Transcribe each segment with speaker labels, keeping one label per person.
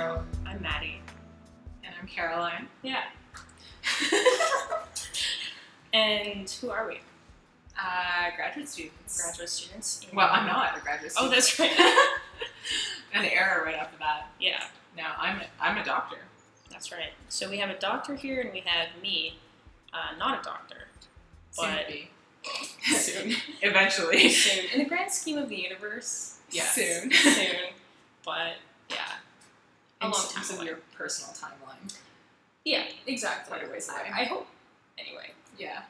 Speaker 1: I'm Maddie.
Speaker 2: And I'm Caroline.
Speaker 1: Yeah. and who are we?
Speaker 2: Uh, graduate students.
Speaker 1: Graduate students. in-
Speaker 2: Well, I'm not a graduate
Speaker 1: Oh,
Speaker 2: student.
Speaker 1: that's right.
Speaker 2: right. An error right off the bat.
Speaker 1: yeah,
Speaker 2: No, I'm I'm a doctor.
Speaker 1: that's right. So we have a doctor here, and we have me, uh, not a doctor.
Speaker 2: Soon
Speaker 1: But-
Speaker 2: to be. Soon. Eventually.
Speaker 1: Soon, in the grand scheme of the universe,
Speaker 2: Yes.
Speaker 1: soon, soon. But
Speaker 2: Yeah.
Speaker 1: A
Speaker 2: In
Speaker 1: long
Speaker 2: terms
Speaker 1: time
Speaker 2: of
Speaker 1: away.
Speaker 2: your personal timeline.
Speaker 1: yeah, exactly.
Speaker 2: Quite a ways away.
Speaker 1: I, I hope. Anyway,
Speaker 2: Yeah.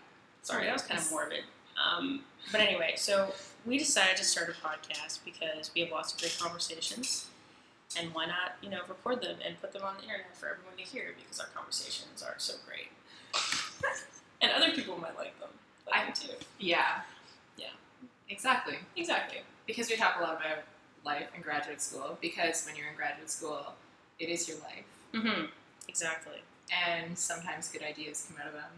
Speaker 1: Sorry, that was kind of
Speaker 2: Yes.
Speaker 1: morbid. Um, but anyway, so we decided to start a podcast because we have lots of great conversations, and why not, you know, record them and put them on the internet for everyone to hear because our conversations are so great, and other people might like them. But
Speaker 2: I-
Speaker 1: I do.
Speaker 2: Yeah.
Speaker 1: Yeah.
Speaker 2: Exactly.
Speaker 1: Exactly.
Speaker 2: Because we talk a lot about life in graduate school. Because when you're in graduate school, it is your life.
Speaker 1: Mm-hmm. Exactly.
Speaker 2: and sometimes good ideas come out of them,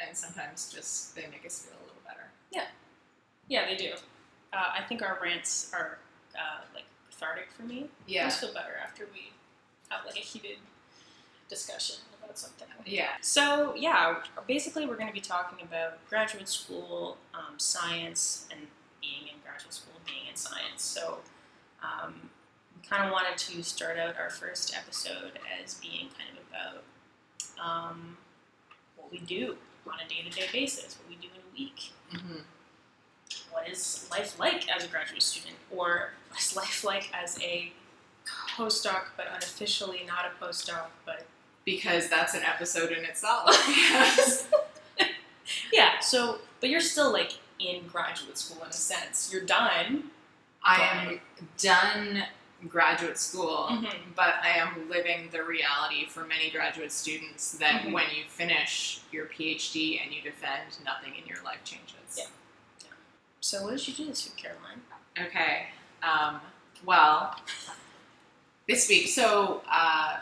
Speaker 2: and sometimes just they make us feel a little better.
Speaker 1: Yeah, they do. Uh, I think our rants are uh, like cathartic for me. I always feel better after we have like a heated discussion about something.
Speaker 2: Yeah.
Speaker 1: So yeah, basically we're going to be talking about graduate school, um, science, and being in graduate school, being in science. So um, we kind of wanted to start out our first episode as being kind of about um, what we do on a day-to-day basis, what we do in a week.
Speaker 2: Mm-hmm.
Speaker 1: What is life like as a graduate student, or what's life like as a postdoc, but unofficially not a postdoc, but
Speaker 2: Because that's an episode in itself.
Speaker 1: Yeah. So, but you're still like in graduate school in a sense. You're done.
Speaker 2: I am done graduate school,
Speaker 1: Mhm.
Speaker 2: but I am living the reality for many graduate students that
Speaker 1: Mhm.
Speaker 2: when you finish your PhD and you defend, nothing in your life changes.
Speaker 1: So, what did you do this week, Caroline?
Speaker 2: Okay. Um, well, this week, so uh,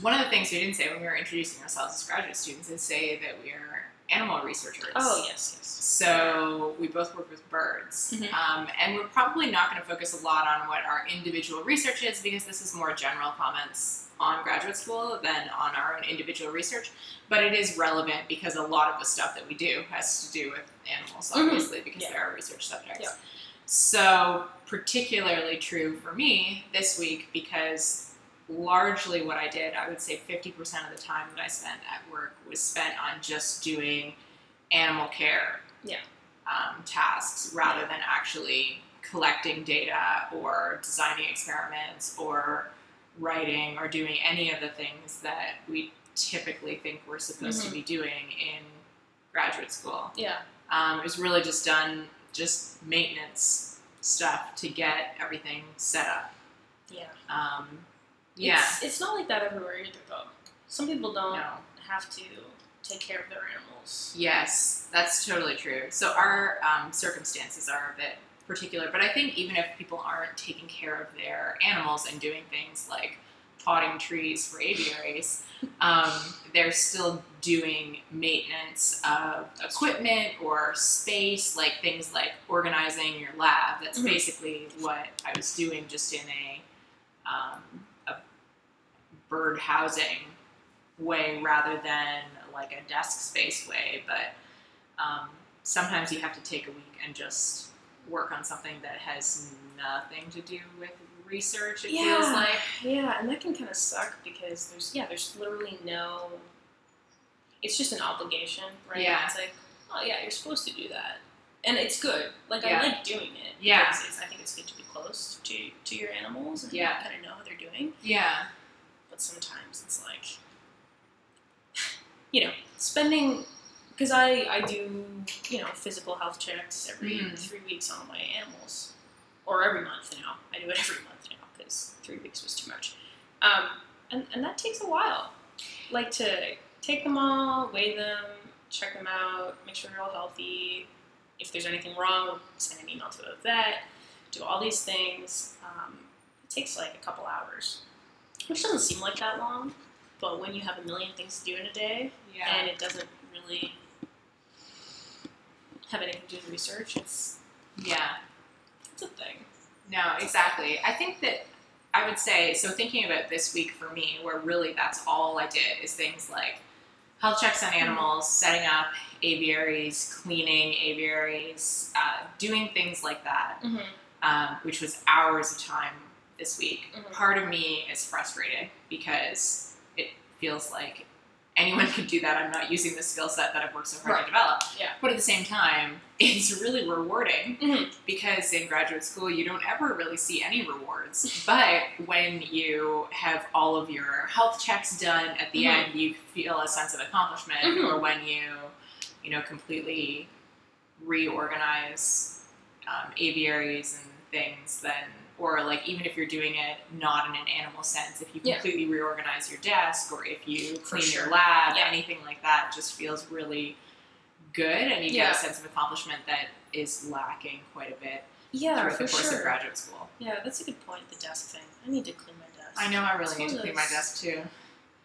Speaker 2: one of the things we didn't say when we were introducing ourselves as graduate students is say that we are animal researchers.
Speaker 1: Oh, yes,
Speaker 2: So we both work with birds,
Speaker 1: Mhm.
Speaker 2: um, and we're probably not going to focus a lot on what our individual research is because this is more general comments on graduate school than on our own individual research. But it is relevant because a lot of the stuff that we do has to do with animals,
Speaker 1: Mhm.
Speaker 2: obviously, because
Speaker 1: Yeah.
Speaker 2: they're our research subjects.
Speaker 1: Yeah.
Speaker 2: So particularly true for me this week because largely what I did, I would say 50% of the time that I spent at work was spent on just doing animal care
Speaker 1: Yeah.
Speaker 2: um, tasks rather than actually collecting data or designing experiments or writing or doing any of the things that we typically think we're supposed
Speaker 1: Mm-hmm.
Speaker 2: to be doing in graduate school.
Speaker 1: Yeah.
Speaker 2: Um, it was really just done just maintenance stuff to get everything set up.
Speaker 1: Yeah.
Speaker 2: Um, yeah.
Speaker 1: It's, um, it's not like that everywhere either, though. Some people don't
Speaker 2: No.
Speaker 1: have to take care of their animals.
Speaker 2: Yes, that's totally true. So our um, circumstances are a bit particular, but I think even if people aren't taking care of their animals and doing things like potting trees for aviaries, um, they're still doing maintenance of equipment or space, like things like organizing your lab. That's
Speaker 1: Mhm.
Speaker 2: basically what I was doing, just in a um, a bird housing way rather than like a desk space way. But um, sometimes you have to take a week and just work on something that has nothing to do with research. It feels
Speaker 1: Yeah.
Speaker 2: like
Speaker 1: Yeah, and that can kind of suck because there's yeah, there's literally no. It's just an obligation, right?
Speaker 2: Yeah.
Speaker 1: It's like, oh yeah, you're supposed to do that, and it's good. Like
Speaker 2: Yeah.
Speaker 1: I like doing it.
Speaker 2: Yeah.
Speaker 1: because It's, I think it's good to be close to to your animals and
Speaker 2: Yeah.
Speaker 1: kind of know how they're doing.
Speaker 2: yeah,
Speaker 1: But sometimes it's like, you know, spending because I I do you know physical health checks every
Speaker 2: Mhm.
Speaker 1: three weeks on my animals, or every month now. I do it every month now because three weeks was too much, um, and and that takes a while. Like to take them all, weigh them, check them out, make sure they're all healthy. If there's anything wrong, send an email to the vet. Do all these things. Um, it takes like a couple hours, which doesn't seem like that long, but when you have a million things to do in a day,
Speaker 2: yeah.
Speaker 1: and it doesn't really have anything to do with research. It's
Speaker 2: yeah.
Speaker 1: it's a thing.
Speaker 2: No, exactly. I think that I would say so. Thinking about this week for me, where really that's all I did is things like health checks on animals, setting up aviaries, cleaning aviaries, uh, doing things like that,
Speaker 1: hmm
Speaker 2: um, which was hours of time this week.
Speaker 1: Mhm.
Speaker 2: Part of me is frustrated because it feels like anyone could do that. I'm not using the skill set that I've worked so hard
Speaker 1: Right.
Speaker 2: to develop.
Speaker 1: Yeah.
Speaker 2: But at the same time, it's really rewarding
Speaker 1: Mhm.
Speaker 2: because in graduate school you don't ever really see any rewards. But when you have all of your health checks done at the
Speaker 1: Mhm.
Speaker 2: end, you feel a sense of accomplishment.
Speaker 1: Mhm.
Speaker 2: Or when you, you know, completely reorganize um, aviaries and things, then or like even if you're doing it not in an animal sense, if you
Speaker 1: Yeah.
Speaker 2: completely reorganize your desk or if you
Speaker 1: For
Speaker 2: clean
Speaker 1: sure.
Speaker 2: your lab,
Speaker 1: Yeah.
Speaker 2: anything like that just feels really good and you
Speaker 1: Yeah.
Speaker 2: get a sense of accomplishment that is lacking quite a bit
Speaker 1: Yeah,
Speaker 2: throughout
Speaker 1: for
Speaker 2: the course
Speaker 1: sure.
Speaker 2: of graduate school.
Speaker 1: Yeah, that's a good point. The desk thing. I need to clean my desk.
Speaker 2: I know I
Speaker 1: It's
Speaker 2: really need
Speaker 1: one
Speaker 2: to
Speaker 1: of
Speaker 2: clean my
Speaker 1: those-
Speaker 2: desk too.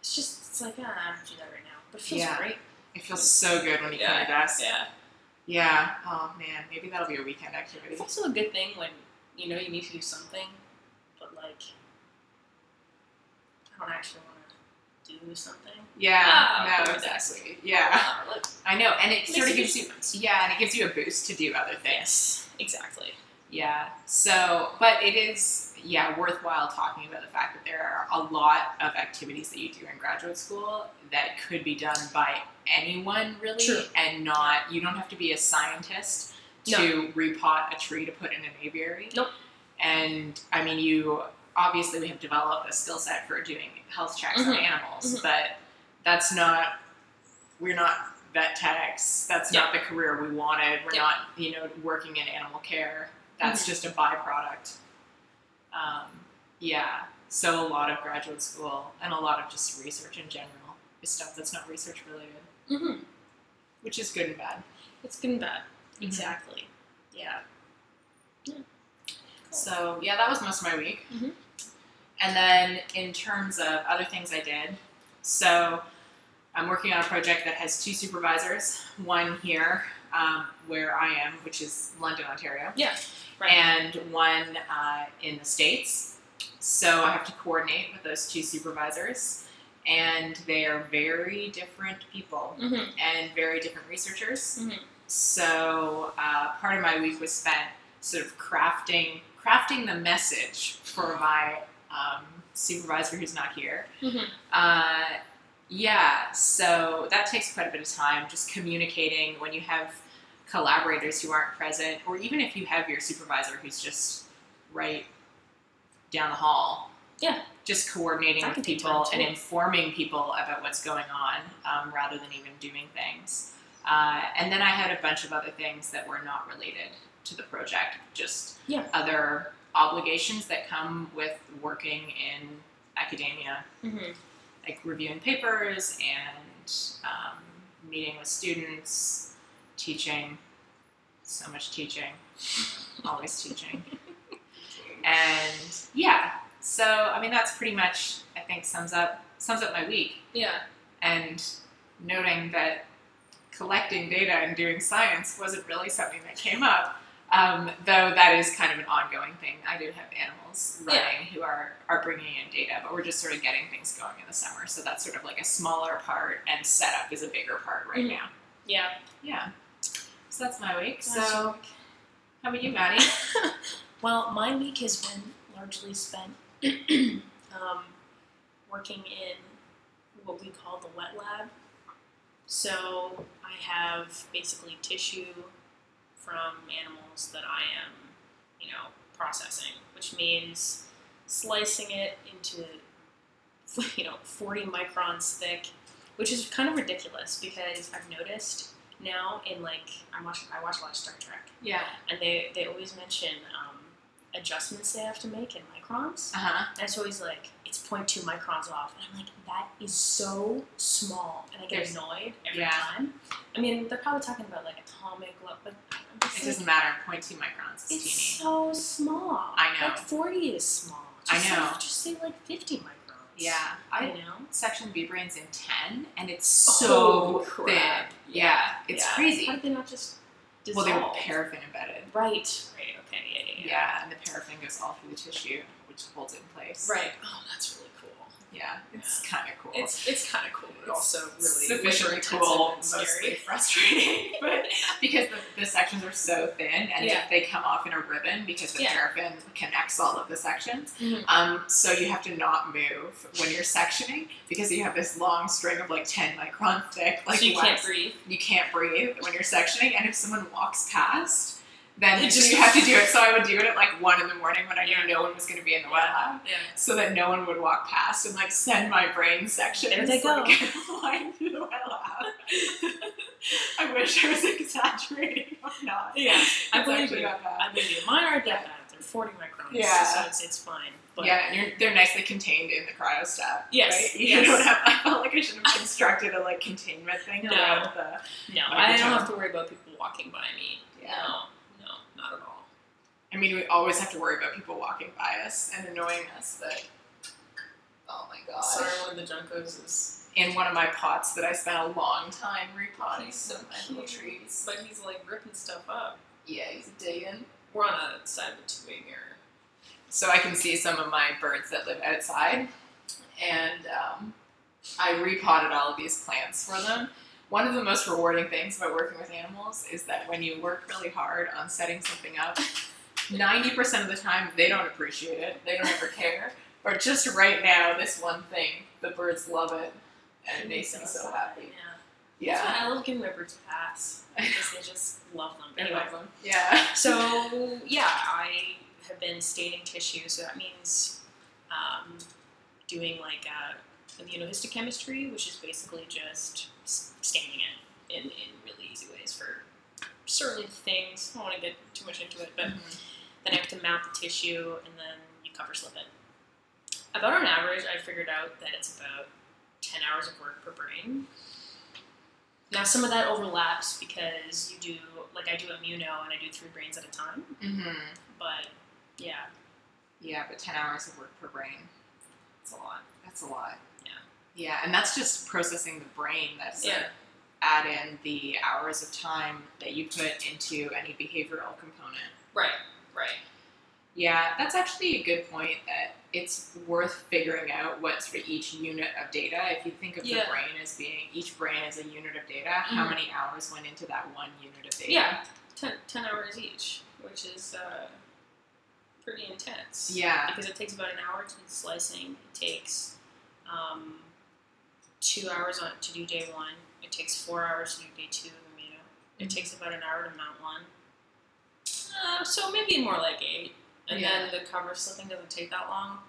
Speaker 1: It's just it's like ah, I don't do that right now, but it feels
Speaker 2: Yeah.
Speaker 1: great.
Speaker 2: It feels so good when you
Speaker 1: Yeah.
Speaker 2: clean your desk.
Speaker 1: Yeah,
Speaker 2: Yeah. Oh man, maybe that'll be a weekend activity.
Speaker 1: it's also a good thing when you know you need to do something, but like I don't actually want to do something.
Speaker 2: Yeah.
Speaker 1: Ah,
Speaker 2: no,
Speaker 1: clean my desk.
Speaker 2: exactly. Yeah.
Speaker 1: Ah, like,
Speaker 2: I know, and it
Speaker 1: Makes
Speaker 2: sort
Speaker 1: a
Speaker 2: of gives you
Speaker 1: difference.
Speaker 2: yeah, and it gives you a boost to do other things.
Speaker 1: yes, exactly.
Speaker 2: Yeah. So, but it is, yeah, worthwhile talking about the fact that there are a lot of activities that you do in graduate school that could be done by anyone, really,
Speaker 1: True.
Speaker 2: and not, you don't have to be a scientist to repot a tree to put in an aviary.
Speaker 1: Nope.
Speaker 2: And I mean, you obviously we have developed a skill set for doing health checks on
Speaker 1: Mhm.
Speaker 2: animals,
Speaker 1: Mhm.
Speaker 2: but that's not we're not vet techs. That's not the career we wanted. We're
Speaker 1: Yeah.
Speaker 2: not, you know, working in animal care. That's just a byproduct. Um, yeah. So a lot of graduate school and a lot of just research in general is stuff that's not research related,
Speaker 1: Mm-hmm.
Speaker 2: which is good and bad.
Speaker 1: It's good and bad.
Speaker 2: Mhm.
Speaker 1: Exactly. Yeah. yeah. Cool.
Speaker 2: So yeah, that was most of my week.
Speaker 1: Mhm.
Speaker 2: And then in terms of other things I did, so I'm working on a project that has two supervisors, one here um, where I am, which is London, Ontario,
Speaker 1: yeah. Right.
Speaker 2: and one uh, in the States. So I have to coordinate with those two supervisors, and they are very different people
Speaker 1: mm-hmm.
Speaker 2: and very different researchers.
Speaker 1: Mhm.
Speaker 2: So uh, part of my week was spent sort of crafting crafting the message for my um, supervisor who's not here.
Speaker 1: Mhm.
Speaker 2: Uh, yeah, so that takes quite a bit of time just communicating when you have collaborators who aren't present, or even if you have your supervisor who's just right down the hall.
Speaker 1: Yeah.
Speaker 2: Just coordinating
Speaker 1: That can
Speaker 2: with
Speaker 1: take
Speaker 2: people
Speaker 1: time,
Speaker 2: and
Speaker 1: too.
Speaker 2: informing people about what's going on um, rather than even doing things. Uh, and then I had a bunch of other things that were not related to the project, just
Speaker 1: Yeah.
Speaker 2: other obligations that come with working in academia
Speaker 1: Mm-hmm.
Speaker 2: like reviewing papers and um, meeting with students, teaching, so much teaching, always teaching. And yeah, so I mean that's pretty much I think sums up sums up my week.
Speaker 1: Yeah.
Speaker 2: And noting that collecting data and doing science wasn't really something that came up, um, though that is kind of an ongoing thing. I do have animals
Speaker 1: Yeah.
Speaker 2: running who are are bringing in data, but we're just sort of getting things going in the summer. So that's sort of like a smaller part, and setup is a bigger part right
Speaker 1: Mhm.
Speaker 2: now.
Speaker 1: Yeah.
Speaker 2: Yeah. So that's my week.
Speaker 1: That's your
Speaker 2: So how about you, Maddie?
Speaker 1: Well, my week has been largely spent um, working in what we call the wet lab. So I have basically tissue from animals that I am, you know, processing, which means slicing it into, you know, 40 microns thick, which is kind of ridiculous because I've noticed now in like I watch I watch a lot of Star Trek
Speaker 2: yeah.
Speaker 1: and they, they always mention um, adjustments they have to make in microns.
Speaker 2: Uh huh.
Speaker 1: And it's always like, it's 0.2 microns off. And I'm like, that is so small. And I get
Speaker 2: There's-
Speaker 1: annoyed every
Speaker 2: yeah.
Speaker 1: time. I mean, they're probably talking about like atomic, lo- but I'm just
Speaker 2: It
Speaker 1: like,
Speaker 2: doesn't matter. 0.2 microns is
Speaker 1: it's
Speaker 2: teeny.
Speaker 1: so small.
Speaker 2: I know.
Speaker 1: Like 40 is small.
Speaker 2: I
Speaker 1: Just
Speaker 2: know.
Speaker 1: Like, just say like 50 microns.
Speaker 2: Yeah.
Speaker 1: You
Speaker 2: I
Speaker 1: know?
Speaker 2: section B brains in 10 and it's so
Speaker 1: Holy Oh, crap.
Speaker 2: thin. Yeah, it's
Speaker 1: Yeah.
Speaker 2: crazy.
Speaker 1: How did they not just
Speaker 2: Well,
Speaker 1: dissolve?
Speaker 2: they were paraffin embedded.
Speaker 1: Right. Right. Okay. Yeah.
Speaker 2: Yeah. and the paraffin goes all through the tissue, which holds it in place.
Speaker 1: Right. Oh, that's really cool.
Speaker 2: Yeah, it's kind of cool.
Speaker 1: It's it's kind of cool, but
Speaker 2: It's
Speaker 1: also really
Speaker 2: sufficiently
Speaker 1: labor-intensive
Speaker 2: cool,
Speaker 1: and
Speaker 2: mostly
Speaker 1: scary.
Speaker 2: frustrating, but because the, the sections are so thin and
Speaker 1: Yeah.
Speaker 2: they come off in a ribbon because the
Speaker 1: Yeah.
Speaker 2: paraffin connects all of the sections.
Speaker 1: Mhm.
Speaker 2: Um, so you have to not move when you're sectioning because you have this long string of like ten micron thick, like
Speaker 1: so you
Speaker 2: wax-
Speaker 1: can't breathe.
Speaker 2: you can't breathe when you're sectioning, and if someone walks past. Then
Speaker 1: It
Speaker 2: so
Speaker 1: just-
Speaker 2: you have to do it. So I would do it at like one in the morning when I knew
Speaker 1: Yeah.
Speaker 2: no one was going to be in the
Speaker 1: Yeah.
Speaker 2: wet lab
Speaker 1: Yeah.
Speaker 2: so that no one would walk past and like send my brain section.
Speaker 1: There they go.
Speaker 2: Like, flying through the well out. I wish I was exaggerating. I'm not.
Speaker 1: Yeah. I
Speaker 2: It's
Speaker 1: believe
Speaker 2: actually
Speaker 1: you.
Speaker 2: not bad.
Speaker 1: I believe you. Mine are that bad. They're 40 microns.
Speaker 2: Yeah.
Speaker 1: So it's, it's fine. But
Speaker 2: yeah, and you're, they're nicely contained in the cryostat.
Speaker 1: Yes,
Speaker 2: right? you
Speaker 1: yes.
Speaker 2: don't have. I felt like I should have constructed a like containment thing
Speaker 1: No.
Speaker 2: around the.
Speaker 1: no,
Speaker 2: Like
Speaker 1: I
Speaker 2: the
Speaker 1: don't
Speaker 2: town.
Speaker 1: have to worry about people walking by me. No, no, not at all.
Speaker 2: I mean, we always have to worry about people walking by us and annoying us, but. Oh my god.
Speaker 1: Sorry, one of the Junkos is.
Speaker 2: In one of my pots that I spent a long time repotting some of my little
Speaker 1: cute,
Speaker 2: trees.
Speaker 1: But he's like ripping stuff up.
Speaker 2: Yeah, he's digging.
Speaker 1: We're on the side of a two way mirror.
Speaker 2: so I can see some of my birds that live outside. And um, I repotted all of these plants for them. One of the most rewarding things about working with animals is that when you work really hard on setting something up, 90% of the time they don't appreciate it, they don't ever care. But just right now, this one thing, the birds love it, and it makes me so happy.
Speaker 1: Yeah. That's
Speaker 2: Yeah.
Speaker 1: why I love giving my birds a pass because they just love them.
Speaker 2: I
Speaker 1: Anyway,
Speaker 2: love them. Yeah.
Speaker 1: so yeah, I have been staining tissue, so that means um, doing like uh, immunohistochemistry, which is basically just s- staining it in, in really easy ways for certain things. I don't want to get too much into it, but then I have to mount the tissue, and then you cover slip it. About on average, I figured out that it's about 10 hours of work per brain. Now, some of that overlaps because you do, like, I do immuno and I do three brains at a time,
Speaker 2: Mm-hmm.
Speaker 1: but yeah,
Speaker 2: Yeah, but 10 hours of work per brain.
Speaker 1: it's a lot.
Speaker 2: That's a lot.
Speaker 1: Yeah.
Speaker 2: Yeah, and that's just processing the brain. That's like,
Speaker 1: Yeah.
Speaker 2: add in the hours of time that you put into any behavioral component.
Speaker 1: Right, right.
Speaker 2: Yeah, that's actually a good point that it's worth figuring out what sort of each unit of data, if you think of
Speaker 1: Yeah.
Speaker 2: the brain as being each brain as a unit of data, how
Speaker 1: Mhm.
Speaker 2: many hours went into that one unit of data?
Speaker 1: Yeah, 10, 10 hours each, which is uh, pretty intense.
Speaker 2: Yeah.
Speaker 1: because it takes about an hour to do the slicing. It takes um, two hours on, to do day one. It takes four hours to do day two of amino. It
Speaker 2: Mhm.
Speaker 1: takes about an hour to mount one. Uh, so maybe more like eight. And then the cover slipping doesn't take that long.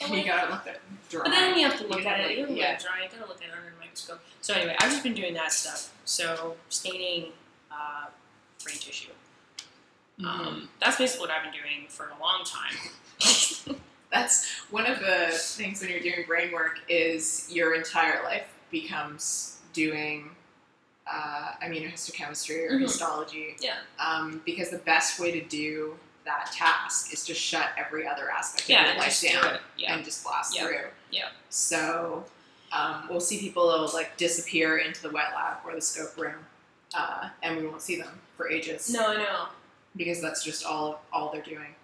Speaker 2: And you gotta look at drawing.
Speaker 1: But then you have to
Speaker 2: You
Speaker 1: look
Speaker 2: gotta,
Speaker 1: at it. You have
Speaker 2: like,
Speaker 1: to look
Speaker 2: yeah.
Speaker 1: at it dry. You gotta look at it under the microscope. So anyway, I've just been doing that stuff. So staining uh, brain tissue.
Speaker 2: Mm-hmm.
Speaker 1: Um, that's basically what I've been doing for a long time.
Speaker 2: That's one of the things when you're doing brain work is your entire life becomes doing uh, immunohistochemistry or
Speaker 1: Mhm.
Speaker 2: histology.
Speaker 1: Yeah.
Speaker 2: Um, because the best way to do that task is to shut every other aspect of
Speaker 1: yeah,
Speaker 2: your
Speaker 1: and
Speaker 2: life
Speaker 1: just do
Speaker 2: down
Speaker 1: it. Yeah.
Speaker 2: and just blast
Speaker 1: Yeah.
Speaker 2: through.
Speaker 1: Yeah.
Speaker 2: So um, we'll see people that'll like disappear into the wet lab or the scope room, uh, and we won't see them for ages
Speaker 1: No, I know.
Speaker 2: because that's just all all they're doing.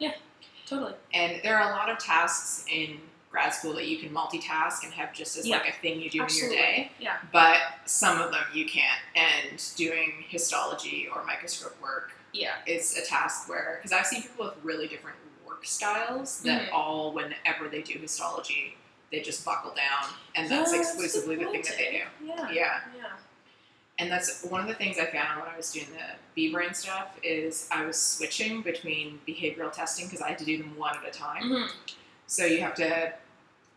Speaker 1: Totally.
Speaker 2: And there are a lot of tasks in grad school that you can multitask and have just as like a thing you do
Speaker 1: Absolutely.
Speaker 2: in your day.
Speaker 1: Yeah.
Speaker 2: But some of them you can't. And doing histology or microscope work
Speaker 1: Yeah.
Speaker 2: is a task where because I've seen people with really different work styles that
Speaker 1: Mhm.
Speaker 2: all whenever they do histology, they just buckle down and that's
Speaker 1: Yeah,
Speaker 2: exclusively the thing that they
Speaker 1: disappointing. Yeah.
Speaker 2: do. Yeah.
Speaker 1: Yeah.
Speaker 2: And that's one of the things I found when I was doing the B brain stuff is I was switching between behavioral testing because I had to do them one at a time.
Speaker 1: Mm-hmm.
Speaker 2: So you have to,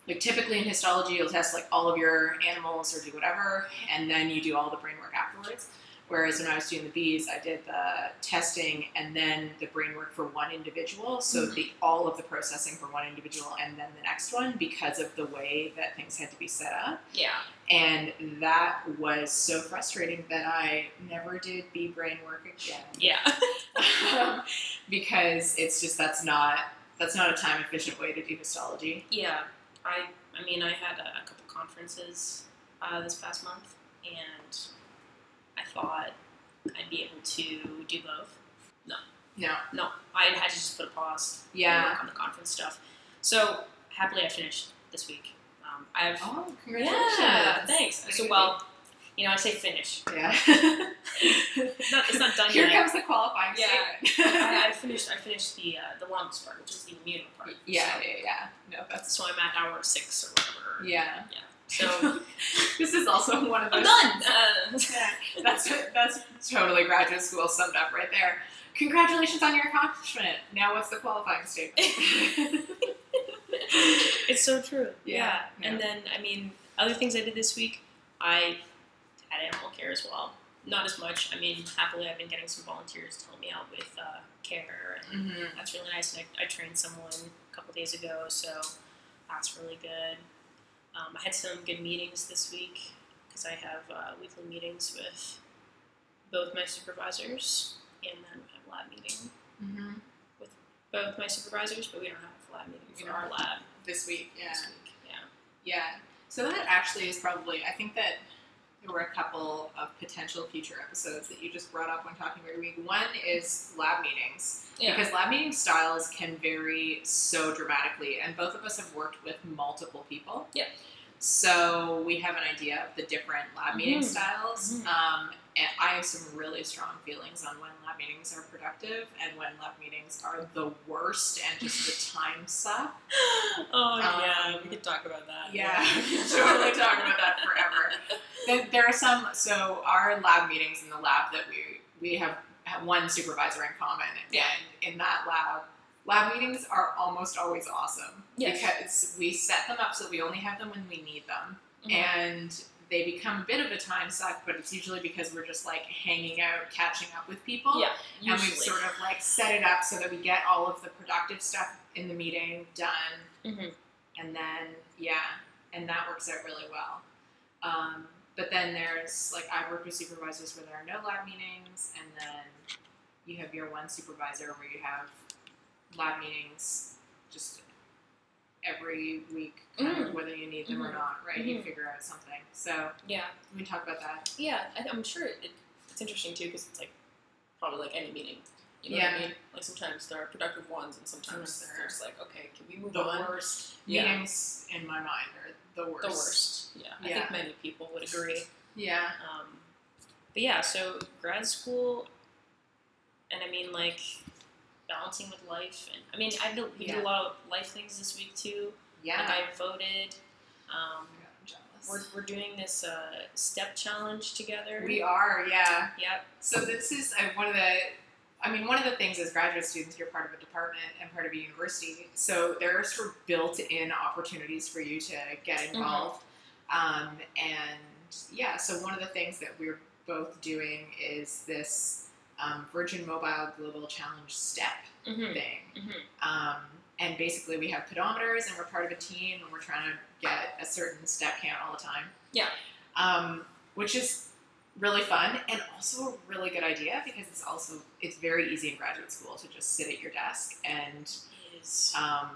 Speaker 2: like, typically in histology, you'll test like all of your animals or do whatever, and then you do all the brain work afterwards. Whereas when I was doing the bees, I did the testing and then the brain work for one individual. So
Speaker 1: Mhm.
Speaker 2: the all of the processing for one individual and then the next one because of the way that things had to be set up.
Speaker 1: Yeah.
Speaker 2: And that was so frustrating that I never did bee brain work again
Speaker 1: Yeah.
Speaker 2: because it's just that's not that's not a time efficient way to do histology.
Speaker 1: Yeah. I I mean I had a, a couple conferences uh, this past month and I thought I'd be able to do both.
Speaker 2: No.
Speaker 1: No, I had to just put a pause and
Speaker 2: Yeah.
Speaker 1: work on the conference stuff. So happily, I finished this week. Um, I've
Speaker 2: Oh, congratulations!
Speaker 1: yeah, thanks.
Speaker 2: That's
Speaker 1: So
Speaker 2: good.
Speaker 1: well, you know, I say finish.
Speaker 2: Yeah.
Speaker 1: It's not, it's not done
Speaker 2: Here
Speaker 1: yet.
Speaker 2: comes the qualifying
Speaker 1: Yeah.
Speaker 2: statement.
Speaker 1: I, I finished. I finished the uh, the longest part, which is the communal part.
Speaker 2: yeah, yeah, yeah. No, that's
Speaker 1: So, so I'm at hour six or whatever.
Speaker 2: yeah.
Speaker 1: So
Speaker 2: this is also one of those.
Speaker 1: I'm done. Uh,
Speaker 2: Yeah, that's that's totally graduate school summed up right there. Congratulations on your accomplishment. Now, what's the qualifying statement?
Speaker 1: it's so true.
Speaker 2: Yeah,
Speaker 1: And then I mean, other things I did this week, I had animal care as well. Not as much. I mean, happily, I've been getting some volunteers to help me out with uh, care, and
Speaker 2: mm-hmm.
Speaker 1: that's really nice. And I, I trained someone a couple days ago, so that's really good. Um, I had some good meetings this week because I have uh, weekly meetings with both my supervisors, and then we have a lab meeting
Speaker 2: Mm-hmm.
Speaker 1: both my supervisors, but we don't have a lab meeting
Speaker 2: We
Speaker 1: for
Speaker 2: don't.
Speaker 1: our lab
Speaker 2: This week, yeah.
Speaker 1: this week. Yeah.
Speaker 2: Yeah. So that actually is probably, I think that there were a couple of potential future episodes that you just brought up when talking about your week. One is lab meetings, because lab meeting styles can vary so dramatically, and both of us have worked with multiple people.
Speaker 1: Yeah.
Speaker 2: So we have an idea of the different lab meeting
Speaker 1: Mhm.
Speaker 2: styles.
Speaker 1: Mhm.
Speaker 2: Um, and I have some really strong feelings on when lab meetings are productive and when lab meetings are the worst and just the time suck.
Speaker 1: oh
Speaker 2: yeah, we
Speaker 1: could talk about that.
Speaker 2: Um, Yeah, we could totally talk about that forever. There, there are some. So our lab meetings in the lab that we we have, have one supervisor in common,
Speaker 1: Yeah.
Speaker 2: and in that lab, lab meetings are almost always awesome
Speaker 1: Yes.
Speaker 2: because we set them up so that we only have them when we need them,
Speaker 1: Mhm.
Speaker 2: and they become a bit of a time suck. But it's usually because we're just like hanging out, catching up with people.
Speaker 1: Yeah.
Speaker 2: And we've
Speaker 1: Usually.
Speaker 2: sort of like set it up so that we get all of the productive stuff in the meeting done.
Speaker 1: Mhm.
Speaker 2: And then, yeah, and that works out really well. Um, but then there's like, I've worked with supervisors where there are no lab meetings, and then you have your one supervisor where you have lab meetings just every week, kind of whether you need them or
Speaker 1: Mhm.
Speaker 2: not, right? You
Speaker 1: Mhm.
Speaker 2: figure out something. So
Speaker 1: yeah.
Speaker 2: we can talk about that.
Speaker 1: Yeah. I, I'm sure it, it's interesting too because it's like probably like any meeting. You know what
Speaker 2: Yeah.
Speaker 1: I mean? Like sometimes there are productive ones, and sometimes
Speaker 2: Sometimes there
Speaker 1: there's like, okay, can we move
Speaker 2: The
Speaker 1: on?
Speaker 2: worst
Speaker 1: Yeah.
Speaker 2: meetings, in my mind, are the worst.
Speaker 1: The worst. Yeah. I
Speaker 2: Yeah.
Speaker 1: think many people would agree.
Speaker 2: Yeah.
Speaker 1: Um, but yeah, so grad school, and I mean like balancing with life, and I mean I did, we did
Speaker 2: Yeah.
Speaker 1: a lot of life things this week too.
Speaker 2: Yeah.
Speaker 1: Like I voted. Um,
Speaker 2: I'm
Speaker 1: we're,
Speaker 2: jealous.
Speaker 1: we're doing this uh, step challenge together.
Speaker 2: We are, yeah.
Speaker 1: Yep.
Speaker 2: So this is uh, one of the, I mean, one of the things as graduate students, you're part of a department and part of a university. So there are sort of built-in opportunities for you to get involved. Um, and yeah, so one of the things that we're both doing is this um, Virgin Mobile Global Challenge Step
Speaker 1: Mm-hmm.
Speaker 2: thing.
Speaker 1: Mhm.
Speaker 2: Um, and basically, we have pedometers, and we're part of a team, and we're trying to get a certain step count all the time.
Speaker 1: Yeah.
Speaker 2: Um, which is really fun and also a really good idea because it's also it's very easy in graduate school to just sit at your desk and
Speaker 1: Is
Speaker 2: um,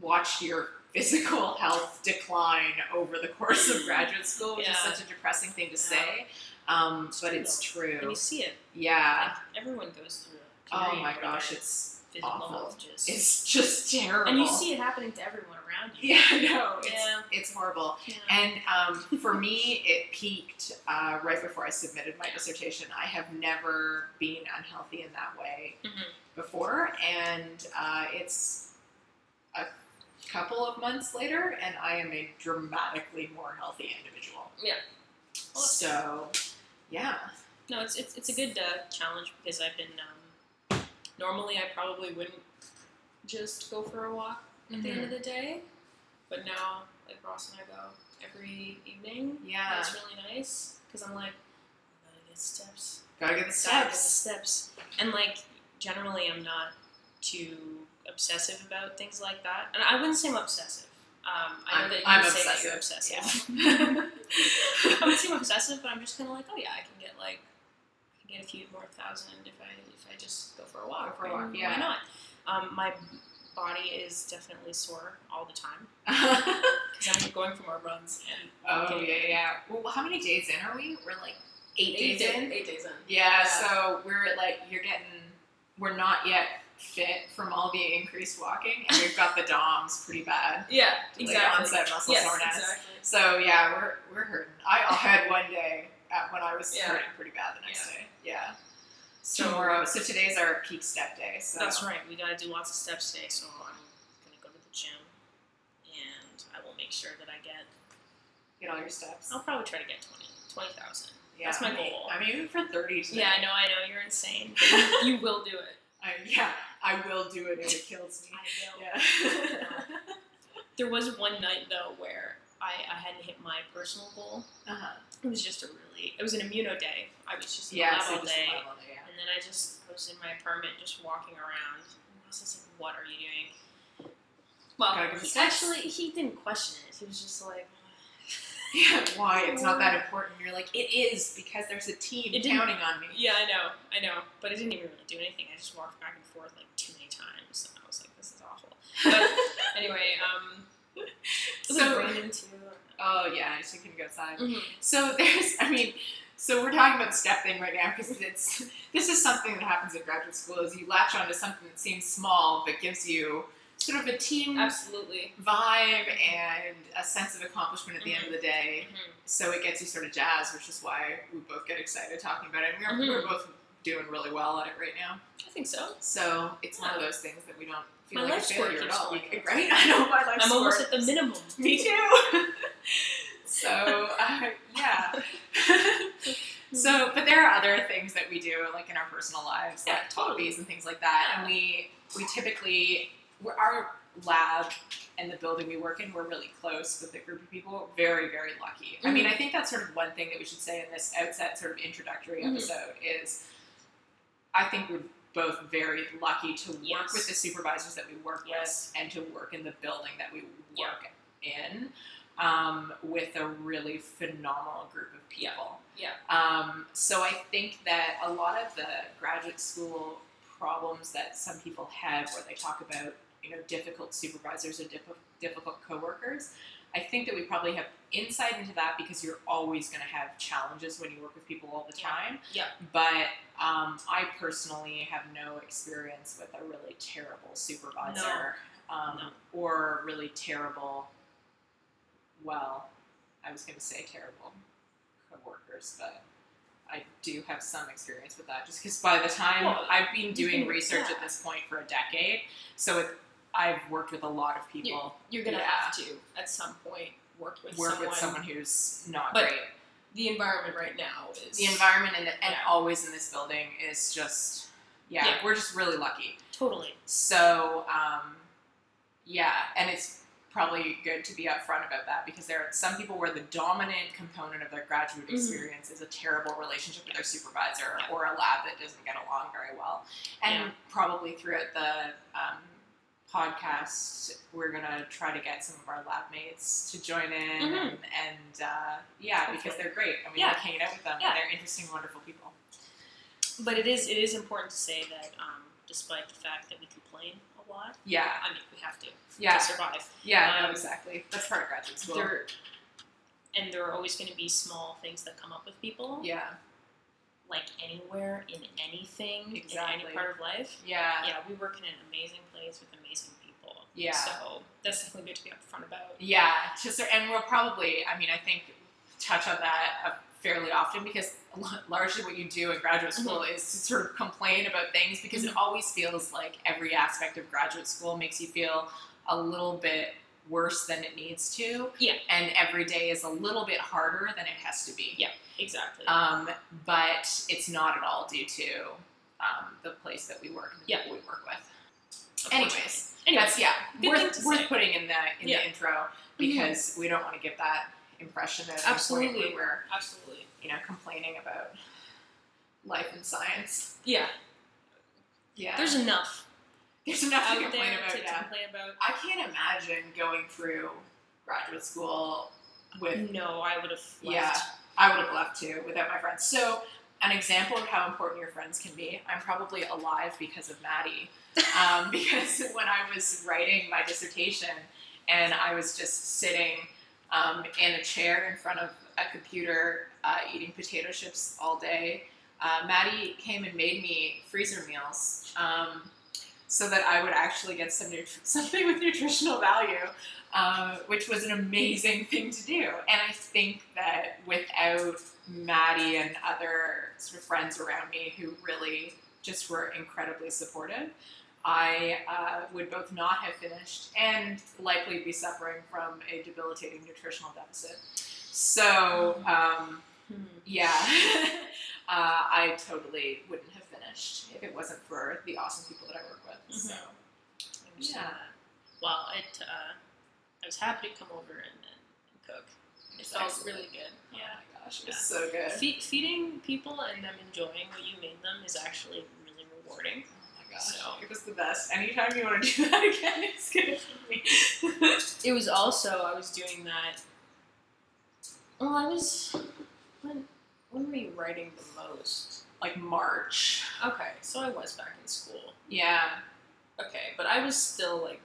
Speaker 2: watch your physical health decline over the course of graduate school, which is
Speaker 1: Yeah.
Speaker 2: such a depressing thing to
Speaker 1: Yeah.
Speaker 2: say, um,
Speaker 1: It's
Speaker 2: but
Speaker 1: true,
Speaker 2: it's
Speaker 1: and
Speaker 2: true.
Speaker 1: you see it.
Speaker 2: Yeah.
Speaker 1: Like everyone goes through. a
Speaker 2: Oh
Speaker 1: period
Speaker 2: my
Speaker 1: where
Speaker 2: gosh,
Speaker 1: their
Speaker 2: it's
Speaker 1: physical
Speaker 2: awful.
Speaker 1: health just
Speaker 2: It's just terrible.
Speaker 1: and you see it happening to everyone around you.
Speaker 2: Yeah, I know. It's,
Speaker 1: Yeah.
Speaker 2: it's horrible.
Speaker 1: Yeah.
Speaker 2: And um, for me, it peaked uh, right before I submitted my dissertation. I have never been unhealthy in that way
Speaker 1: Mhm.
Speaker 2: before. And uh, it's a couple of months later, and I am a dramatically more healthy individual.
Speaker 1: Yeah. Well, that's
Speaker 2: So, yeah.
Speaker 1: No, it's it's, it's a good uh, challenge because I've been. Um, normally, I probably wouldn't just go for a walk at the end
Speaker 2: Mm-hmm.
Speaker 1: of the day, but now, like Ross and I go every evening. and
Speaker 2: Yeah.
Speaker 1: It's really nice because I'm like, I gotta get steps.
Speaker 2: Gotta get the
Speaker 1: Gotta get the
Speaker 2: steps.
Speaker 1: steps. And like, generally, I'm not too obsessive about things like that. And I wouldn't say I'm obsessive. Um, I know
Speaker 2: I'm-
Speaker 1: that you
Speaker 2: I'm
Speaker 1: say that you're
Speaker 2: obsessive.
Speaker 1: obsessive.
Speaker 2: Yeah.
Speaker 1: I would seem obsessive, but I'm just kind of like, oh yeah, I can get like, I can get a few more thousand if I if I just go for a walk.
Speaker 2: Go for a walk,
Speaker 1: and
Speaker 2: yeah.
Speaker 1: Why not? Um, my body is definitely sore all the time because I'm going for more runs. And
Speaker 2: Oh
Speaker 1: Okay.
Speaker 2: yeah, yeah. Well, how many days in are we? We're like eight, days in.
Speaker 1: Eight days in.
Speaker 2: Yeah,
Speaker 1: Yeah.
Speaker 2: so we're at like you're getting. We're not yet fit from all the increased walking, and we've got the DOMs pretty bad.
Speaker 1: Yeah,
Speaker 2: like,
Speaker 1: exactly.
Speaker 2: onset muscle
Speaker 1: yes,
Speaker 2: soreness.
Speaker 1: exactly.
Speaker 2: So yeah, we're we're hurting. I had one day at, when I was
Speaker 1: Yeah.
Speaker 2: hurting pretty bad the next
Speaker 1: Yeah.
Speaker 2: day. Yeah.
Speaker 1: So
Speaker 2: Tomorrow. So today's our peak step day. So
Speaker 1: That's right. We gotta do lots of steps today, so I'm gonna go to the gym, and I will make sure that I get.
Speaker 2: get all your steps.
Speaker 1: I'll probably try to get 20 20,000.
Speaker 2: yeah,
Speaker 1: Oh, that's my
Speaker 2: I'm aim-
Speaker 1: goal.
Speaker 2: I'm aiming for thirty today.
Speaker 1: Yeah, I know, I know, you're insane. but you, you will do it.
Speaker 2: I, yeah, I will do it if it kills me.
Speaker 1: I will.
Speaker 2: Yeah.
Speaker 1: There was one night though where I, I hadn't hit my personal goal.
Speaker 2: uh-huh.
Speaker 1: It was just a really. It was an immuno day. I was just in the
Speaker 2: Yeah.
Speaker 1: lab
Speaker 2: So
Speaker 1: all
Speaker 2: just
Speaker 1: day.
Speaker 2: level day. Yeah.
Speaker 1: And then I just I was in my apartment just walking around. And I was just like, what are you doing? Well,
Speaker 2: Gotta give
Speaker 1: he-
Speaker 2: us tips.
Speaker 1: actually, he didn't question it. He was just like,
Speaker 2: Yeah, why it's not that important. You're like, it is because there's a team
Speaker 1: It didn't-
Speaker 2: counting on me.
Speaker 1: yeah, I know, I know. But I didn't even really do anything. I just walked back and forth like too many times. And I was like, this is awful. But anyway, um, it was
Speaker 2: So-
Speaker 1: raining too.
Speaker 2: Oh yeah, I just can go outside.
Speaker 1: Mhm.
Speaker 2: So there's, I mean, so we're talking about the step thing right now because it's this is something that happens in graduate school is you latch onto something that seems small but gives you sort of a
Speaker 1: Um,
Speaker 2: team
Speaker 1: Absolutely.
Speaker 2: vibe and a sense of accomplishment at the end of the day.
Speaker 1: Mhm.
Speaker 2: So it gets you sort of jazzed, which is why we both get excited talking about it. And we're, we're both doing really well at it right now.
Speaker 1: I think so.
Speaker 2: So it's one of those things that we don't feel
Speaker 1: My
Speaker 2: like
Speaker 1: life
Speaker 2: a
Speaker 1: score
Speaker 2: failure at
Speaker 1: keeps
Speaker 2: all,
Speaker 1: going
Speaker 2: like,
Speaker 1: up.
Speaker 2: right? I know my life
Speaker 1: I'm
Speaker 2: score.
Speaker 1: almost at the minimum.
Speaker 2: Me too. so uh, yeah. so, but there are other things that we do, like in our personal lives,
Speaker 1: Mm-hmm. Yeah,
Speaker 2: like hobbies and things like that. And we we typically we're, our lab and the building we work in, we're really close with a group of people. Very, very lucky. I
Speaker 1: Mm-hmm.
Speaker 2: mean, I think that's sort of one thing that we should say in this outset, sort of introductory
Speaker 1: Mhm.
Speaker 2: episode, is I think we're both very lucky to work
Speaker 1: Yes.
Speaker 2: with the supervisors that we work
Speaker 1: Yes.
Speaker 2: with and to work in the building that we
Speaker 1: Yeah.
Speaker 2: work in um, with a really phenomenal group of people.
Speaker 1: Yeah.
Speaker 2: Um, so I think that a lot of the graduate school problems that some people have, where they talk about you know difficult supervisors or diff- difficult coworkers, I think that we probably have insight into that because you're always going to have challenges when you work with people all the
Speaker 1: Yeah.
Speaker 2: time.
Speaker 1: Yeah.
Speaker 2: But um, I personally have no experience with a really terrible supervisor Um,
Speaker 1: No.
Speaker 2: or really terrible. Well, I was going to say terrible coworkers, but I do have some experience with that. Just because by the time
Speaker 1: Well,
Speaker 2: I've been doing
Speaker 1: been-
Speaker 2: research
Speaker 1: yeah.
Speaker 2: at this point for a decade, so it, I've worked with a lot of people.
Speaker 1: You're gonna
Speaker 2: Yeah.
Speaker 1: have to at some point work with
Speaker 2: work
Speaker 1: someone.
Speaker 2: with someone who's not
Speaker 1: But-
Speaker 2: great.
Speaker 1: The environment right now is
Speaker 2: The environment and, the, and
Speaker 1: Yeah.
Speaker 2: always in this building is just yeah,
Speaker 1: Yeah.
Speaker 2: We're just really lucky.
Speaker 1: totally
Speaker 2: So um, yeah, and it's probably good to be upfront about that because there are some people where the dominant component of their graduate
Speaker 1: Mhm.
Speaker 2: experience is a terrible relationship with their supervisor
Speaker 1: Yeah.
Speaker 2: or a lab that doesn't get along very well, and
Speaker 1: Yeah.
Speaker 2: probably throughout the um, podcast we're gonna try to get some of our lab mates to join in
Speaker 1: Mhm.
Speaker 2: and, and uh, yeah because
Speaker 1: Hopefully.
Speaker 2: they're great and we
Speaker 1: Yeah.
Speaker 2: like hanging out with them
Speaker 1: Yeah.
Speaker 2: and they're interesting wonderful people
Speaker 1: But it is it is important to say that um, despite the fact that we complain a lot,
Speaker 2: yeah
Speaker 1: I mean we have to
Speaker 2: yeah
Speaker 1: to survive.
Speaker 2: yeah no,
Speaker 1: Um,
Speaker 2: exactly that's part of graduate school
Speaker 1: There and there are always going to be small things that come up with people,
Speaker 2: yeah
Speaker 1: like anywhere in anything in
Speaker 2: Exactly.
Speaker 1: any part of life.
Speaker 2: yeah
Speaker 1: Yeah, we work in an amazing place with amazing people.
Speaker 2: Yeah.
Speaker 1: So that's definitely good to be upfront about.
Speaker 2: Yeah, to cer- and we'll probably, I mean, I think touch on that uh, fairly often because l- largely what you do in graduate
Speaker 1: Mm-hmm.
Speaker 2: school is to sort of complain about things because it always feels like every aspect of graduate school makes you feel a little bit worse than it needs to.
Speaker 1: Yeah.
Speaker 2: And every day is a little bit harder than it has to be.
Speaker 1: Yeah. Exactly.
Speaker 2: Um, but it's not at all due to um, the place that we work and the
Speaker 1: Yeah.
Speaker 2: people we work with.
Speaker 1: Unfortunately.
Speaker 2: anyways,
Speaker 1: Anyways,
Speaker 2: That's yeah,
Speaker 1: Good
Speaker 2: worth,
Speaker 1: thing to
Speaker 2: worth
Speaker 1: say.
Speaker 2: putting in the in
Speaker 1: Yeah. Mm-hmm.
Speaker 2: the intro because we don't want to give that impression that
Speaker 1: Absolutely.
Speaker 2: we were
Speaker 1: absolutely.
Speaker 2: you know complaining about life and science.
Speaker 1: Yeah.
Speaker 2: Yeah,
Speaker 1: There's enough
Speaker 2: there's enough to
Speaker 1: out
Speaker 2: complain
Speaker 1: there
Speaker 2: about.
Speaker 1: to
Speaker 2: yeah,
Speaker 1: complain about.
Speaker 2: I can't imagine going through graduate school with
Speaker 1: No, I would have left.
Speaker 2: Yeah. I would have left too without my friends. So, an example of how important your friends can be. I'm probably alive because of Maddie. Um, because when I was writing my dissertation and I was just sitting um, in a chair in front of a computer uh, eating potato chips all day, uh, Maddie came and made me freezer meals. Um, so that I would actually get some nut- something with nutritional value, uh, which was an amazing thing to do. And I think that without Maddie and other sort of friends around me who really just were incredibly supportive, I uh, would both not have finished and likely be suffering from a debilitating nutritional deficit. So, um,
Speaker 1: Hmm.
Speaker 2: yeah, uh, I totally wouldn't have finished if it wasn't for the awesome people that I work with.
Speaker 1: Mm-hmm.
Speaker 2: So,
Speaker 1: I understand.
Speaker 2: yeah.
Speaker 1: Well, it. Uh, I was happy to come over and, and cook. It felt
Speaker 2: Excellent.
Speaker 1: really good.
Speaker 2: Oh
Speaker 1: Yeah.
Speaker 2: my gosh, it
Speaker 1: Yeah.
Speaker 2: was so good.
Speaker 1: Fe- feeding people and them enjoying what you made them is actually really rewarding.
Speaker 2: Oh my gosh,
Speaker 1: So-
Speaker 2: it was the best. Anytime you want to do that again, it's good for me.
Speaker 1: It was also I was doing that. Well, I was. When when were you writing the most?
Speaker 2: like March.
Speaker 1: Okay, so I was back in school.
Speaker 2: Yeah,
Speaker 1: Okay, but I was still like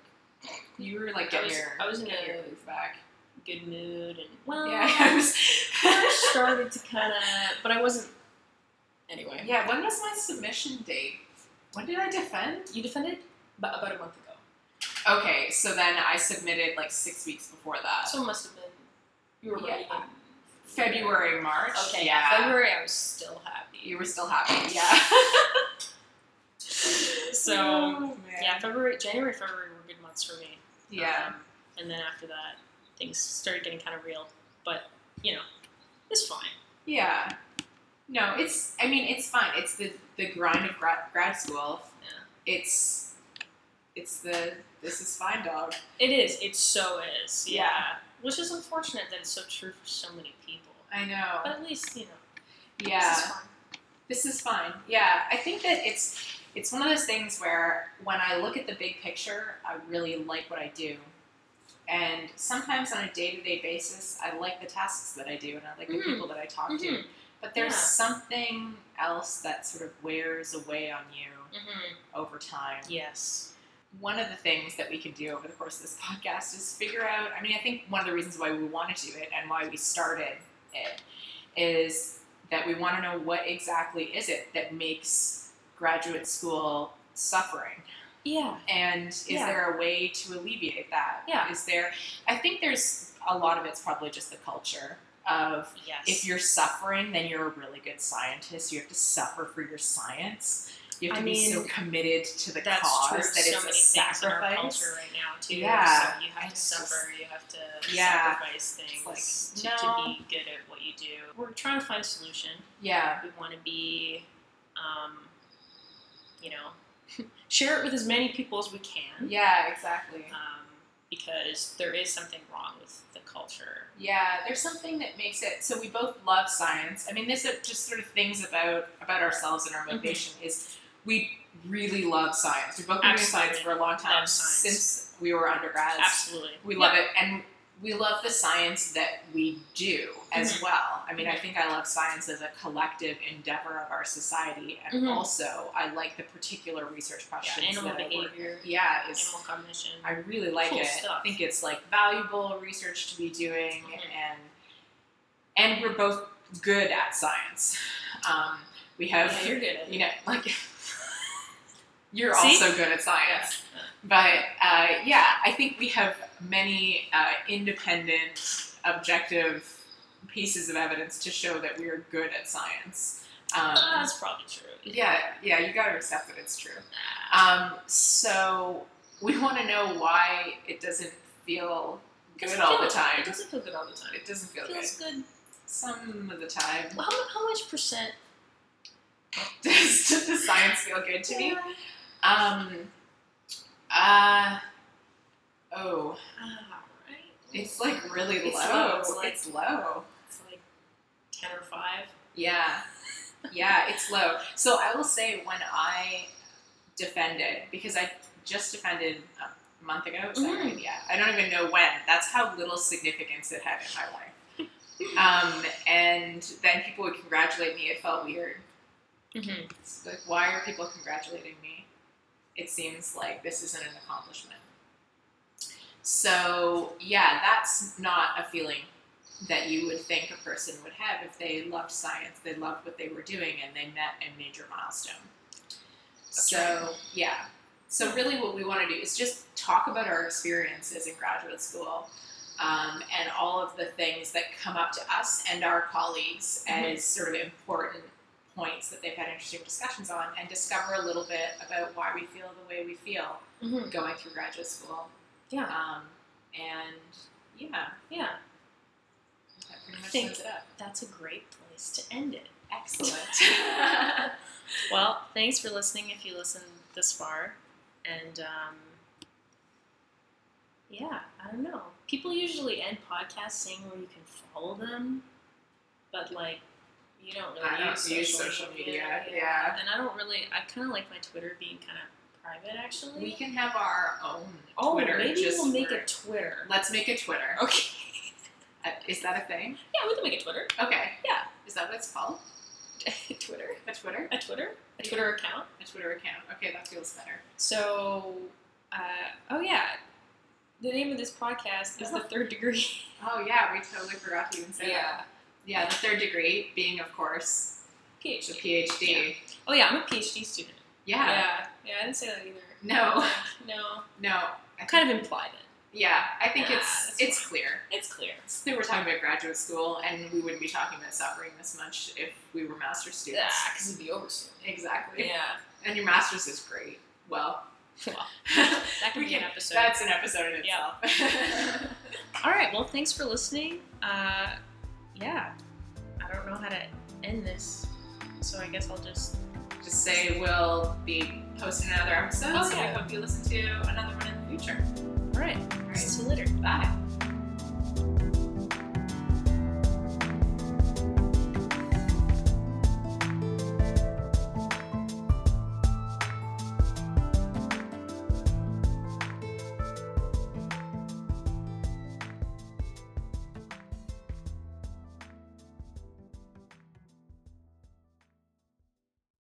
Speaker 2: you were like
Speaker 1: I
Speaker 2: getting
Speaker 1: was-
Speaker 2: your
Speaker 1: I was Um, in
Speaker 2: getting
Speaker 1: a-
Speaker 2: your groove back.
Speaker 1: good mood and well.
Speaker 2: yeah, I was.
Speaker 1: I started to kind of, but I wasn't. Anyway,
Speaker 2: yeah, when was my submission date? When did I defend?
Speaker 1: you defended b- about a month ago,
Speaker 2: Okay, so then I submitted like six weeks before that.
Speaker 1: so it must have been you were
Speaker 2: Yeah.
Speaker 1: ready. in
Speaker 2: February, March.
Speaker 1: Okay,
Speaker 2: yeah.
Speaker 1: February I was still happy.
Speaker 2: You were still happy, yeah.
Speaker 1: So
Speaker 2: Oh,
Speaker 1: yeah, February, January, February were good months for me.
Speaker 2: yeah,
Speaker 1: Um, and then after that, things started getting kind of real, but you know, it's fine.
Speaker 2: yeah. No, it's. I mean, it's fun. It's the the grind of grad, grad school.
Speaker 1: Yeah.
Speaker 2: It's, it's the this is fine, dog.
Speaker 1: It is. It so is.
Speaker 2: Yeah.
Speaker 1: Which is unfortunate that it's so true for so many people.
Speaker 2: I know.
Speaker 1: But at least you know.
Speaker 2: Yeah.
Speaker 1: This is fine.
Speaker 2: this is fine. Yeah, I think that it's it's one of those things where when I look at the big picture, I really like what I do. And sometimes on a day-to-day basis, I like the tasks that I do and I like
Speaker 1: Mhm.
Speaker 2: the people that I talk to.
Speaker 1: Mhm.
Speaker 2: But there's
Speaker 1: Yeah.
Speaker 2: something else that sort of wears away on you
Speaker 1: Mhm.
Speaker 2: over time.
Speaker 1: Yes.
Speaker 2: One of the things that we can do over the course of this podcast is figure out. I mean, I think one of the reasons why we want to do it and why we started it is that we want to know what exactly is it that makes graduate school suffering
Speaker 1: Yeah.
Speaker 2: and is
Speaker 1: Yeah.
Speaker 2: there a way to alleviate that
Speaker 1: Yeah.
Speaker 2: is there i think there's a lot of it's probably just the culture of
Speaker 1: Yes.
Speaker 2: if you're suffering, then you're a really good scientist. You have to suffer for your science. You have
Speaker 1: I
Speaker 2: to be so
Speaker 1: mean,
Speaker 2: committed to the
Speaker 1: that's
Speaker 2: cause
Speaker 1: true.
Speaker 2: that
Speaker 1: so
Speaker 2: it's
Speaker 1: many
Speaker 2: a
Speaker 1: things in our
Speaker 2: sacrifice.
Speaker 1: culture right now too.
Speaker 2: Yeah.
Speaker 1: So you have to
Speaker 2: It's just-
Speaker 1: suffer. You have to
Speaker 2: Yeah.
Speaker 1: sacrifice things
Speaker 2: It's
Speaker 1: to,
Speaker 2: like,
Speaker 1: to
Speaker 2: no.
Speaker 1: be good at what you do. We're trying to find a solution.
Speaker 2: Yeah,
Speaker 1: We want to be, um, you know, share it with as many people as we can.
Speaker 2: yeah, exactly.
Speaker 1: Um, because there is something wrong with the culture.
Speaker 2: Yeah, there's something that makes it so we both love science. I mean, this are just sort of things about about ourselves and our
Speaker 1: Mm-hmm.
Speaker 2: motivation is we really love science. We've both been doing science
Speaker 1: Absolutely.
Speaker 2: for a long time
Speaker 1: Love science.
Speaker 2: since we were undergrads.
Speaker 1: Absolutely.
Speaker 2: We love it, and we love the science that we do as
Speaker 1: Mhm.
Speaker 2: well. I mean, I think I love science as a collective endeavor of our society, and
Speaker 1: Mhm.
Speaker 2: also I like the particular research questions
Speaker 1: Yeah. Animal
Speaker 2: that I work.
Speaker 1: behavior.
Speaker 2: Yeah, is
Speaker 1: Animal cognition.
Speaker 2: I really like
Speaker 1: Cool
Speaker 2: it.
Speaker 1: stuff.
Speaker 2: I think it's like valuable research to be doing,
Speaker 1: Mhm.
Speaker 2: and and we're both good at science. Um, we have,
Speaker 1: yeah, you're good at it.
Speaker 2: you know, like you're
Speaker 1: See?
Speaker 2: also good at science. But uh, yeah, I think we have many uh, independent, objective pieces of evidence to show that we are good at science. Um,
Speaker 1: Ah, that's probably true.
Speaker 2: yeah, yeah, you gotta accept that it's true. Um, so we want to know why it doesn't feel good
Speaker 1: Doesn't
Speaker 2: all
Speaker 1: feel-
Speaker 2: the time.
Speaker 1: It doesn't feel good all the time.
Speaker 2: It doesn't feel
Speaker 1: It feels good.
Speaker 2: good some of the time.
Speaker 1: Well, how, how much percent?
Speaker 2: does, does science feel good to me? Um, uh, oh.
Speaker 1: Ah, right.
Speaker 2: It's like really
Speaker 1: It's
Speaker 2: low.
Speaker 1: low. It's like-
Speaker 2: low.
Speaker 1: It's like ten or five.
Speaker 2: Yeah. Yeah, it's low. So I will say when I defended, because I just defended a month ago, is that
Speaker 1: Mhm.
Speaker 2: right? Yeah. I don't even know when. That's how little significance it had in my life. Um, and then people would congratulate me. It felt weird.
Speaker 1: Mm-hmm.
Speaker 2: It's like, why are people congratulating me? It seems like this isn't an accomplishment. So, yeah, that's not a feeling that you would think a person would have if they loved science, they loved what they were doing, and they met a major milestone.
Speaker 1: That's
Speaker 2: so, yeah. So really, what we want to do is just talk about our experiences in graduate school. Um, and all of the things that come up to us and our colleagues
Speaker 1: Mhm.
Speaker 2: as sort of important points that they've had interesting discussions on, and discover a little bit about why we feel the way we feel
Speaker 1: Mm-hmm.
Speaker 2: going through graduate school.
Speaker 1: Yeah.
Speaker 2: Um, and yeah,
Speaker 1: Yeah,
Speaker 2: that pretty much
Speaker 1: Thank
Speaker 2: sums it up.
Speaker 1: that's a great place to end it.
Speaker 2: Excellent.
Speaker 1: Well, thanks for listening if you listened this far. And um, yeah, I don't know. People usually end podcasts saying where you can follow them, but like you don't really
Speaker 2: I don't
Speaker 1: use,
Speaker 2: use
Speaker 1: social,
Speaker 2: social
Speaker 1: media.
Speaker 2: media, yeah.
Speaker 1: And I don't really. I kind of like my Twitter being kind of private, actually.
Speaker 2: we can have our own
Speaker 1: oh,
Speaker 2: Twitter.
Speaker 1: maybe
Speaker 2: just
Speaker 1: we'll make Oh.
Speaker 2: for-
Speaker 1: a Twitter.
Speaker 2: Let's make a Twitter.
Speaker 1: Okay.
Speaker 2: Uh, Is that a thing?
Speaker 1: Yeah, we can make a Twitter.
Speaker 2: Okay.
Speaker 1: Yeah.
Speaker 2: Is that what it's called?
Speaker 1: Twitter.
Speaker 2: A Twitter?
Speaker 1: A Twitter. A
Speaker 2: Yeah.
Speaker 1: Twitter account.
Speaker 2: A Twitter account. Okay, that feels better.
Speaker 1: So, uh, oh yeah, the name of this podcast is the Third Degree.
Speaker 2: Oh yeah, we totally forgot to even say that. Yeah, the third degree being, of course,
Speaker 1: PhD.
Speaker 2: it's a PhD.
Speaker 1: Oh yeah, I'm a PhD student.
Speaker 2: Yeah.
Speaker 1: yeah, Yeah, I didn't say that either.
Speaker 2: No,
Speaker 1: No,
Speaker 2: no. I
Speaker 1: kind of implied it.
Speaker 2: think- yeah, I think
Speaker 1: Yeah,
Speaker 2: it's
Speaker 1: that's
Speaker 2: it's clear.
Speaker 1: It's clear.
Speaker 2: It's clear we're talking about graduate school, and we wouldn't be talking about suffering this much if we were master's students.
Speaker 1: because it'd be over soon.
Speaker 2: Exactly.
Speaker 1: Yeah,
Speaker 2: And your master's is great. Well,
Speaker 1: Well, that could
Speaker 2: We
Speaker 1: be an
Speaker 2: can-
Speaker 1: episode.
Speaker 2: that's an episode in
Speaker 1: Yeah.
Speaker 2: itself.
Speaker 1: All right. Well, thanks for listening. Uh, yeah, I don't know how to end this, so I guess I'll just.
Speaker 2: Just say we'll be posting another episode,
Speaker 1: Oh,
Speaker 2: so we
Speaker 1: yeah.
Speaker 2: hope you listen to another one in the future.
Speaker 1: All right.
Speaker 2: All right.
Speaker 1: See you later.
Speaker 2: Bye.